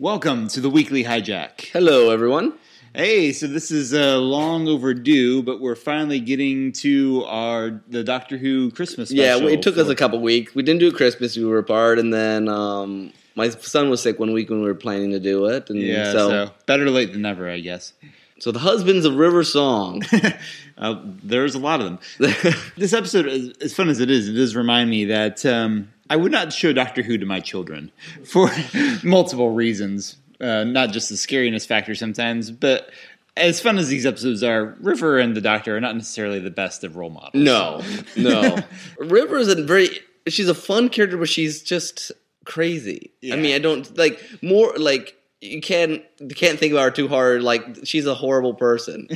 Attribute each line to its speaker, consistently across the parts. Speaker 1: Welcome to the weekly hijack.
Speaker 2: Hello, everyone.
Speaker 1: Hey, so this is uh, long overdue, but we're finally getting to our the Doctor Who Christmas.
Speaker 2: Yeah,
Speaker 1: special
Speaker 2: we- it took us
Speaker 1: for-
Speaker 2: a couple weeks. We didn't do Christmas. We were apart, and then um, my son was sick one week when we were planning to do it. And
Speaker 1: yeah,
Speaker 2: so,
Speaker 1: so.
Speaker 2: so,
Speaker 1: better late than never, I guess.
Speaker 2: the husbands of River Song.
Speaker 1: Uh, there's a lot of them. This episode, as, as fun as it is, it does remind me that um, I would not show Doctor Who to my children for multiple reasons, uh, not just the scariness factor sometimes, but as fun as these episodes are, River and the Doctor are not necessarily the best of role models.
Speaker 2: no, no. River is a very. She's a fun character, but she's just crazy.
Speaker 1: Yeah.
Speaker 2: I mean, I don't like more like. You can't you can't think about her too hard. Like she's a horrible person.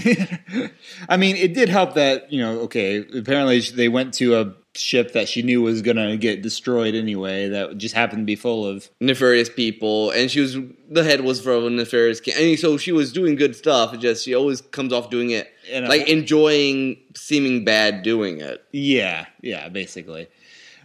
Speaker 1: I mean, it did help that you know. Okay, apparently sh- they went to a ship that she knew was going to get destroyed anyway. That just happened to be full of.
Speaker 2: nefarious people, and she was the head was from a nefarious. Ca- I mean, so she was doing good stuff. It just she always comes off doing it
Speaker 1: In a-
Speaker 2: like enjoying seeming bad doing it.
Speaker 1: Yeah, yeah, basically.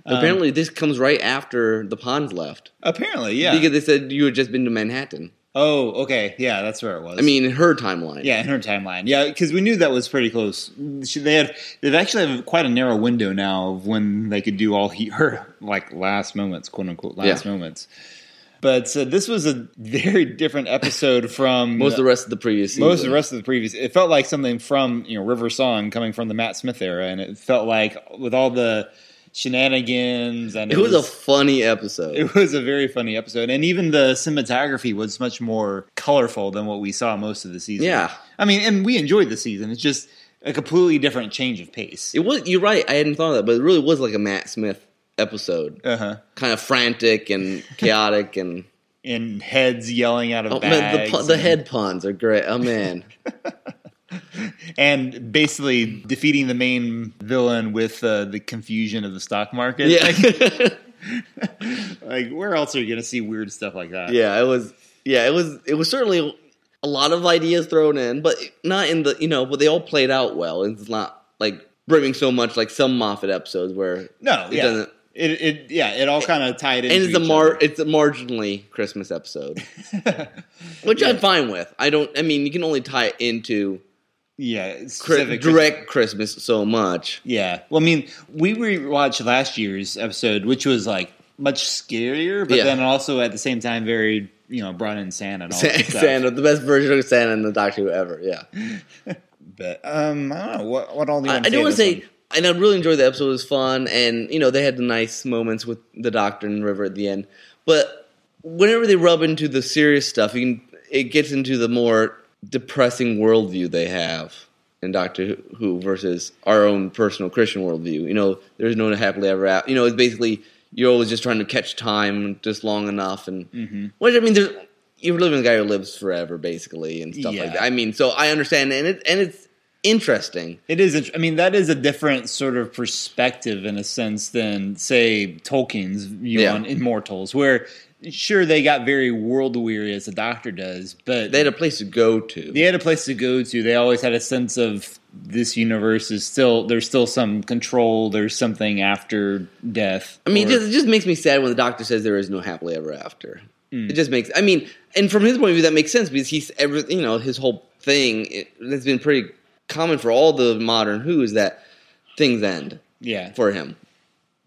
Speaker 1: Um,
Speaker 2: Apparently, this comes right after the Pons left
Speaker 1: Apparently, yeah.
Speaker 2: because they said you had just been to Manhattan.
Speaker 1: oh, okay, yeah, that's where it was.
Speaker 2: I mean, in her timeline.
Speaker 1: yeah, in her timeline, yeah, because we knew that was pretty close. She, they had they've actually have quite a narrow window now of when they could do all he, her like last moments, quote unquote, last
Speaker 2: Yeah.
Speaker 1: moments. But uh, this was a very different episode from
Speaker 2: most of the rest of the previous season.
Speaker 1: most of the rest of the previous it felt like something from you know river song coming from the matt smith era and it felt like with all the shenanigans and
Speaker 2: It was a funny episode.
Speaker 1: it was a very funny episode and even the cinematography was much more colorful than what we saw most of the season
Speaker 2: Yeah.
Speaker 1: i mean and we enjoyed the season it's just a completely different change of pace
Speaker 2: It was. You're right. I hadn't thought of that, but it really was like a Matt Smith episode,
Speaker 1: uh-huh
Speaker 2: kind of frantic and chaotic and.
Speaker 1: and heads yelling out of
Speaker 2: Oh man, the,
Speaker 1: bags
Speaker 2: pu- the
Speaker 1: and-
Speaker 2: head puns are great. Oh man,
Speaker 1: and basically defeating the main villain with uh, the confusion of the stock market
Speaker 2: yeah,
Speaker 1: Like, where else are you going to see weird stuff like that?
Speaker 2: yeah. It was, yeah, it was, it was certainly a lot of ideas thrown in, but not in the, you know, but they all played out well. It's not like brimming so much like some Moffat episodes where,
Speaker 1: No,
Speaker 2: It
Speaker 1: yeah.
Speaker 2: doesn't-
Speaker 1: It, it, yeah, it all kind of tied in.
Speaker 2: and it's a mar, it's a marginally Christmas episode, which I'm fine with. I don't, I mean, you can only tie it into
Speaker 1: yeah,
Speaker 2: cri-
Speaker 1: specific-
Speaker 2: direct Christmas so much.
Speaker 1: Yeah. Well, I mean, we rewatched last year's episode, which was like much scarier, but
Speaker 2: Yeah.
Speaker 1: then also at the same time very, you know, brought in Santa and all that stuff.
Speaker 2: Santa, the best version of Santa in the Doctor Who ever. Yeah.
Speaker 1: But um, I don't know what what all do you
Speaker 2: I,
Speaker 1: want
Speaker 2: I
Speaker 1: to
Speaker 2: do want to
Speaker 1: this
Speaker 2: say, and I really enjoyed the episode. It was fun, and you know they had the nice moments with the Doctor and River at the end. But whenever they rub into the serious stuff, you can, it gets into the more depressing worldview they have in Doctor Who versus our own personal Christian worldview. You know, there's no happily ever after. You know, it's basically you're always just trying to catch time just long enough, and
Speaker 1: Mm. Mm-hmm.
Speaker 2: which I mean, there's. You're living with a guy who lives forever, basically, and stuff
Speaker 1: Yeah.
Speaker 2: like that. I mean, so I understand, and it and it's interesting.
Speaker 1: It is. int- I mean, that is a different sort of perspective in a sense than, say, Tolkien's view
Speaker 2: Yeah.
Speaker 1: on Immortals, where sure they got very world weary as the Doctor does, but
Speaker 2: they had a place to go to.
Speaker 1: they had a place to go to. They always had a sense of this universe is still there's still some control. There's something after death.
Speaker 2: I mean,
Speaker 1: or-
Speaker 2: it just, it just makes me sad when the doctor says there is no happily ever after.
Speaker 1: Mm.
Speaker 2: It just makes. I mean, and from his point of view, that makes sense because he's every. You know, his whole thing it, that's been pretty common for all the modern Who is that things end
Speaker 1: yeah.
Speaker 2: for him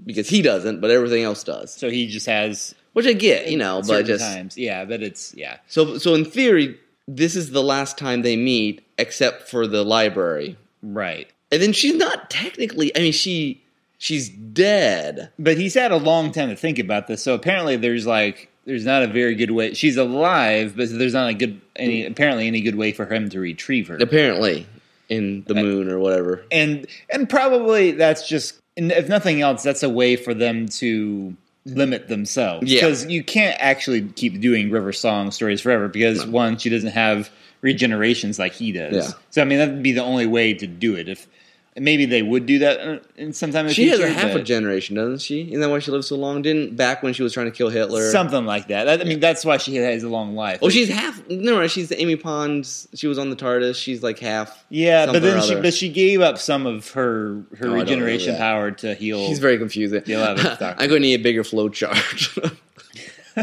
Speaker 2: because he doesn't, but everything else does.
Speaker 1: so he just has
Speaker 2: Which I get, you know, but
Speaker 1: certain
Speaker 2: just
Speaker 1: times. Yeah, but it's yeah.
Speaker 2: so so in theory, this is the last time they meet, except for the library.
Speaker 1: Right.
Speaker 2: And then she's not technically. I mean, she she's dead.
Speaker 1: But he's had a long time to think about this. So apparently there's like there's not a very good way. She's alive, but there's not a good any apparently any good way for him to retrieve her.
Speaker 2: apparently in the moon or whatever
Speaker 1: and and probably that's just and if nothing else that's a way for them to limit themselves
Speaker 2: Yeah.
Speaker 1: because you can't actually keep doing river song stories forever because one she doesn't have regenerations like he does
Speaker 2: Yeah.
Speaker 1: so i mean that would be the only way to do it if maybe they would do that uh, in sometime in the
Speaker 2: she has
Speaker 1: future
Speaker 2: a half a
Speaker 1: but
Speaker 2: generation doesn't she isn't that why she lived so long didn't back when she was trying to kill hitler
Speaker 1: something like that That- i mean that's why she has a long life
Speaker 2: oh she's half no no she's amy pond's she was on the tardis she's like half
Speaker 1: yeah but
Speaker 2: something or
Speaker 1: then she
Speaker 2: other.
Speaker 1: but she gave up some of her her
Speaker 2: don't remember
Speaker 1: regeneration
Speaker 2: that.
Speaker 1: power to heal
Speaker 2: she's very confusing
Speaker 1: The 11th Doctor.
Speaker 2: i'm going to need a bigger flow chart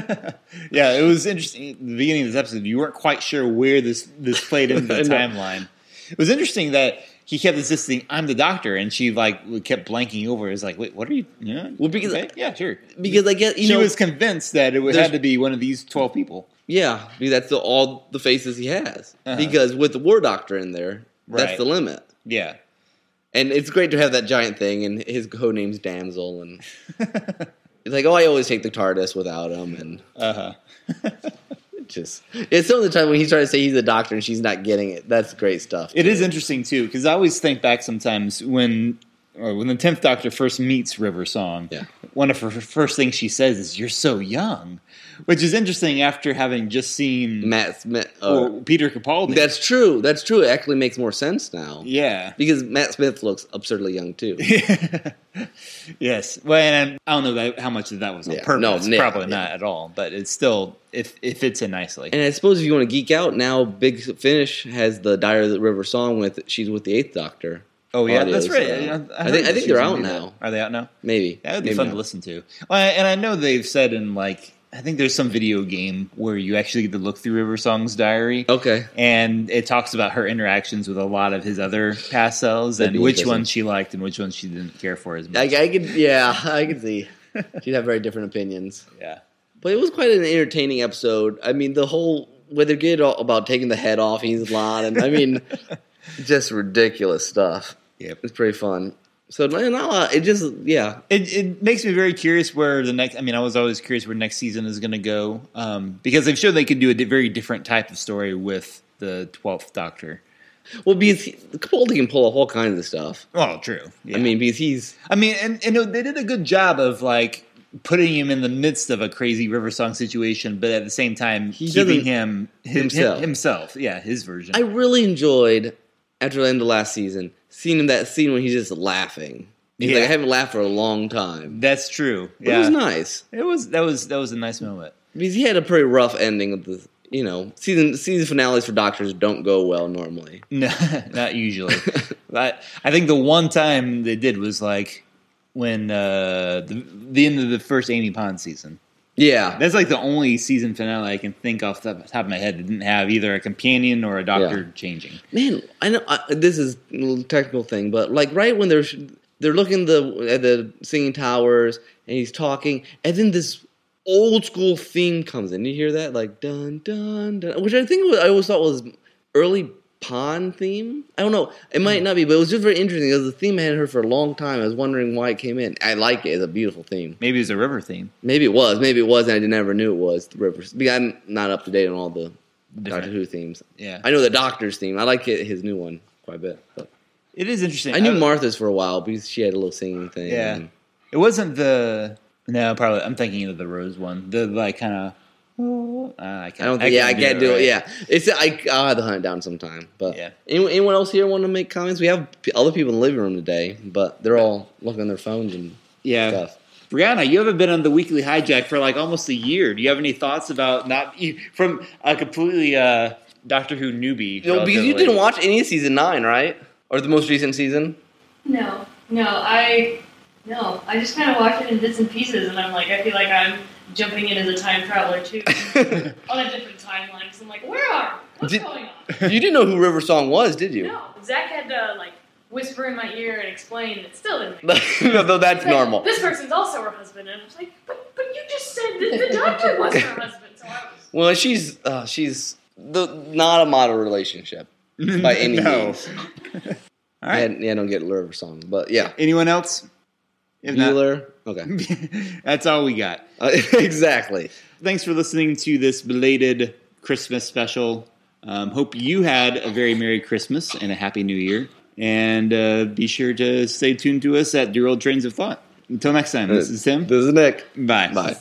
Speaker 1: yeah, it was interesting. At the beginning of this episode, you weren't quite sure where this this played into the
Speaker 2: I know.
Speaker 1: timeline. It was interesting that he kept insisting, "I'm the doctor," and she like kept blanking over. It was like, "Wait, what are you?" Yeah,
Speaker 2: Well, because-
Speaker 1: okay, yeah, sure.
Speaker 2: because I guess you
Speaker 1: she
Speaker 2: know
Speaker 1: was convinced that it
Speaker 2: There's-
Speaker 1: had to be one of these twelve people.
Speaker 2: yeah because that's the, all the faces he has
Speaker 1: Uh-huh.
Speaker 2: because with the war doctor in there
Speaker 1: Right.
Speaker 2: that's the limit
Speaker 1: Yeah,
Speaker 2: and it's great to have that giant thing and his code name's damsel and it's like oh I always take the TARDIS without him and
Speaker 1: uh huh.
Speaker 2: it just it's some of the time when he's trying to say he's a doctor and she's not getting it that's great stuff
Speaker 1: It is interesting too, because I always think back sometimes when or when the tenth Doctor first meets River Song.
Speaker 2: Yeah.
Speaker 1: One of her first things she says is, "You're so young," which is interesting after having just seen
Speaker 2: Matt Smith uh,
Speaker 1: well, Peter Capaldi.
Speaker 2: that's true that's true it actually makes more sense now
Speaker 1: yeah.
Speaker 2: because Matt Smith looks absurdly young too
Speaker 1: yes. Well, and I don't know that, how much of that was on
Speaker 2: Yeah. No,
Speaker 1: purpose.
Speaker 2: yeah,
Speaker 1: Probably
Speaker 2: yeah.
Speaker 1: not at all. But it's still it it fits in nicely.
Speaker 2: And I suppose if you want to geek out now, Big Finish has the Dire of the River song with she's with the Eighth Doctor.
Speaker 1: oh yeah,
Speaker 2: audio,
Speaker 1: that's right.
Speaker 2: so- I,
Speaker 1: heard
Speaker 2: think I
Speaker 1: that
Speaker 2: think
Speaker 1: she
Speaker 2: they're
Speaker 1: was
Speaker 2: out
Speaker 1: gonna do
Speaker 2: now.
Speaker 1: that. Are they out now?
Speaker 2: Maybe
Speaker 1: That would be
Speaker 2: Maybe
Speaker 1: fun
Speaker 2: not.
Speaker 1: to listen to. Well, and I know they've said in like I think there's some video game where you actually get to look through River Song's diary.
Speaker 2: Okay,
Speaker 1: And it talks about her interactions with a lot of his other past selves
Speaker 2: That'd
Speaker 1: and
Speaker 2: be
Speaker 1: which
Speaker 2: interesting.
Speaker 1: ones she liked and which ones she didn't care for as
Speaker 2: I,
Speaker 1: much.
Speaker 2: I could yeah, I could see she'd have very different opinions.
Speaker 1: yeah.
Speaker 2: But it was quite an entertaining episode. I mean, the whole where they get all about taking the head off He's lot, and I mean, just ridiculous stuff.
Speaker 1: Yep.
Speaker 2: It's pretty fun. So man, not a lot. It just yeah,
Speaker 1: It, it makes me very curious where the next. I mean, I was always curious where next season is going to go um, because they've shown they can do a di- very different type of story with the Twelfth Doctor.
Speaker 2: well because he, Capaldi can pull off all kinds of stuff.
Speaker 1: Well, true. Yeah.
Speaker 2: I mean, because he's
Speaker 1: I mean, and, and they did a good job of like putting him in the midst of a crazy river song situation, but at the same time keeping
Speaker 2: doesn't-
Speaker 1: him, him himself.
Speaker 2: himself.
Speaker 1: himself. Yeah, his version.
Speaker 2: I really enjoyed after the end of last season seeing him that scene when he's just laughing. He's
Speaker 1: Yeah.
Speaker 2: like, I haven't laughed for a long time.
Speaker 1: That's true.
Speaker 2: But
Speaker 1: Yeah,
Speaker 2: it was nice
Speaker 1: It was- that was that was a nice moment.
Speaker 2: because he had a pretty rough ending of the you know season season finales for doctors don't go well normally.
Speaker 1: No, not usually. but I think the one time they did was like when uh, the, the end of the first Amy Pond season.
Speaker 2: Yeah,
Speaker 1: That's like the only season finale I can think off the top of my head that didn't have either a companion or a doctor
Speaker 2: Yeah.
Speaker 1: changing.
Speaker 2: man, I know I, this is a little technical thing, but like right when they're they're looking the at the singing towers and he's talking, and then this. Old school theme comes in. You hear that, like dun dun dun, which I think was, I always thought was early Pond theme. I don't know. It might not be, but it was just very interesting. It was a theme I had heard for a long time. I was wondering why it came in. I like it. It's a beautiful theme.
Speaker 1: Maybe it was a river theme.
Speaker 2: Maybe it was. Maybe it was, and I never knew it was the Rivers. Because I'm not up to date on all the Doctor
Speaker 1: Different.
Speaker 2: Who themes.
Speaker 1: Yeah,
Speaker 2: I know the Doctor's theme. I like it, his new one quite a bit. But
Speaker 1: it is interesting.
Speaker 2: I knew
Speaker 1: was-
Speaker 2: Martha's for a while because she had a little singing thing.
Speaker 1: Yeah.
Speaker 2: and-
Speaker 1: It wasn't the no, probably I'm thinking of the rose one. The like kind of I,
Speaker 2: I
Speaker 1: can't-
Speaker 2: don't. Think, yeah, I can't do it.
Speaker 1: right.
Speaker 2: Yeah, it's I. I'll have to hunt it down sometime. But
Speaker 1: Yeah.
Speaker 2: anyone, anyone else here want to make comments? We have p- other people in the living room today, but they're all looking on their phones and
Speaker 1: yeah.
Speaker 2: stuff.
Speaker 1: Brianna, you haven't been on the weekly hijack for like almost a year. Do you have any thoughts about not you- from a completely uh, Doctor Who newbie?
Speaker 2: Yo, because you
Speaker 1: relatively.
Speaker 2: didn't watch any of season nine, right? Or the most recent season?
Speaker 3: No, no, I no, I just kind of watch it in bits and pieces, and I'm like, I feel like I'm jumping in as a time traveler too
Speaker 2: you
Speaker 3: on a different timeline because I'm like, where are? What's
Speaker 2: Did-
Speaker 3: going on?
Speaker 2: didn't know who River Song was, did you?
Speaker 3: No, Zach had to like whisper in my ear and explain. It still didn't. Make sense.
Speaker 2: Though that's
Speaker 3: He's like,
Speaker 2: normal.
Speaker 3: This person's also her husband, and I was like, but but you just said that the doctor was her husband, so I was.
Speaker 2: Well, she's uh, she's the, not a model relationship. by any
Speaker 1: no.
Speaker 2: means.
Speaker 1: All right.
Speaker 2: Yeah, yeah, I don't get River Song, but yeah,
Speaker 1: Anyone else? If not,
Speaker 2: Bueller. Okay,
Speaker 1: that's all we got.
Speaker 2: Uh, exactly.
Speaker 1: Thanks for listening to this belated Christmas special. Um, hope you had a very Merry Christmas and a Happy New Year. And uh, be sure to stay tuned to us at Dear Old Trains of Thought. Until next time, this is Tim.
Speaker 2: This is Nick.
Speaker 1: Bye.
Speaker 2: Bye.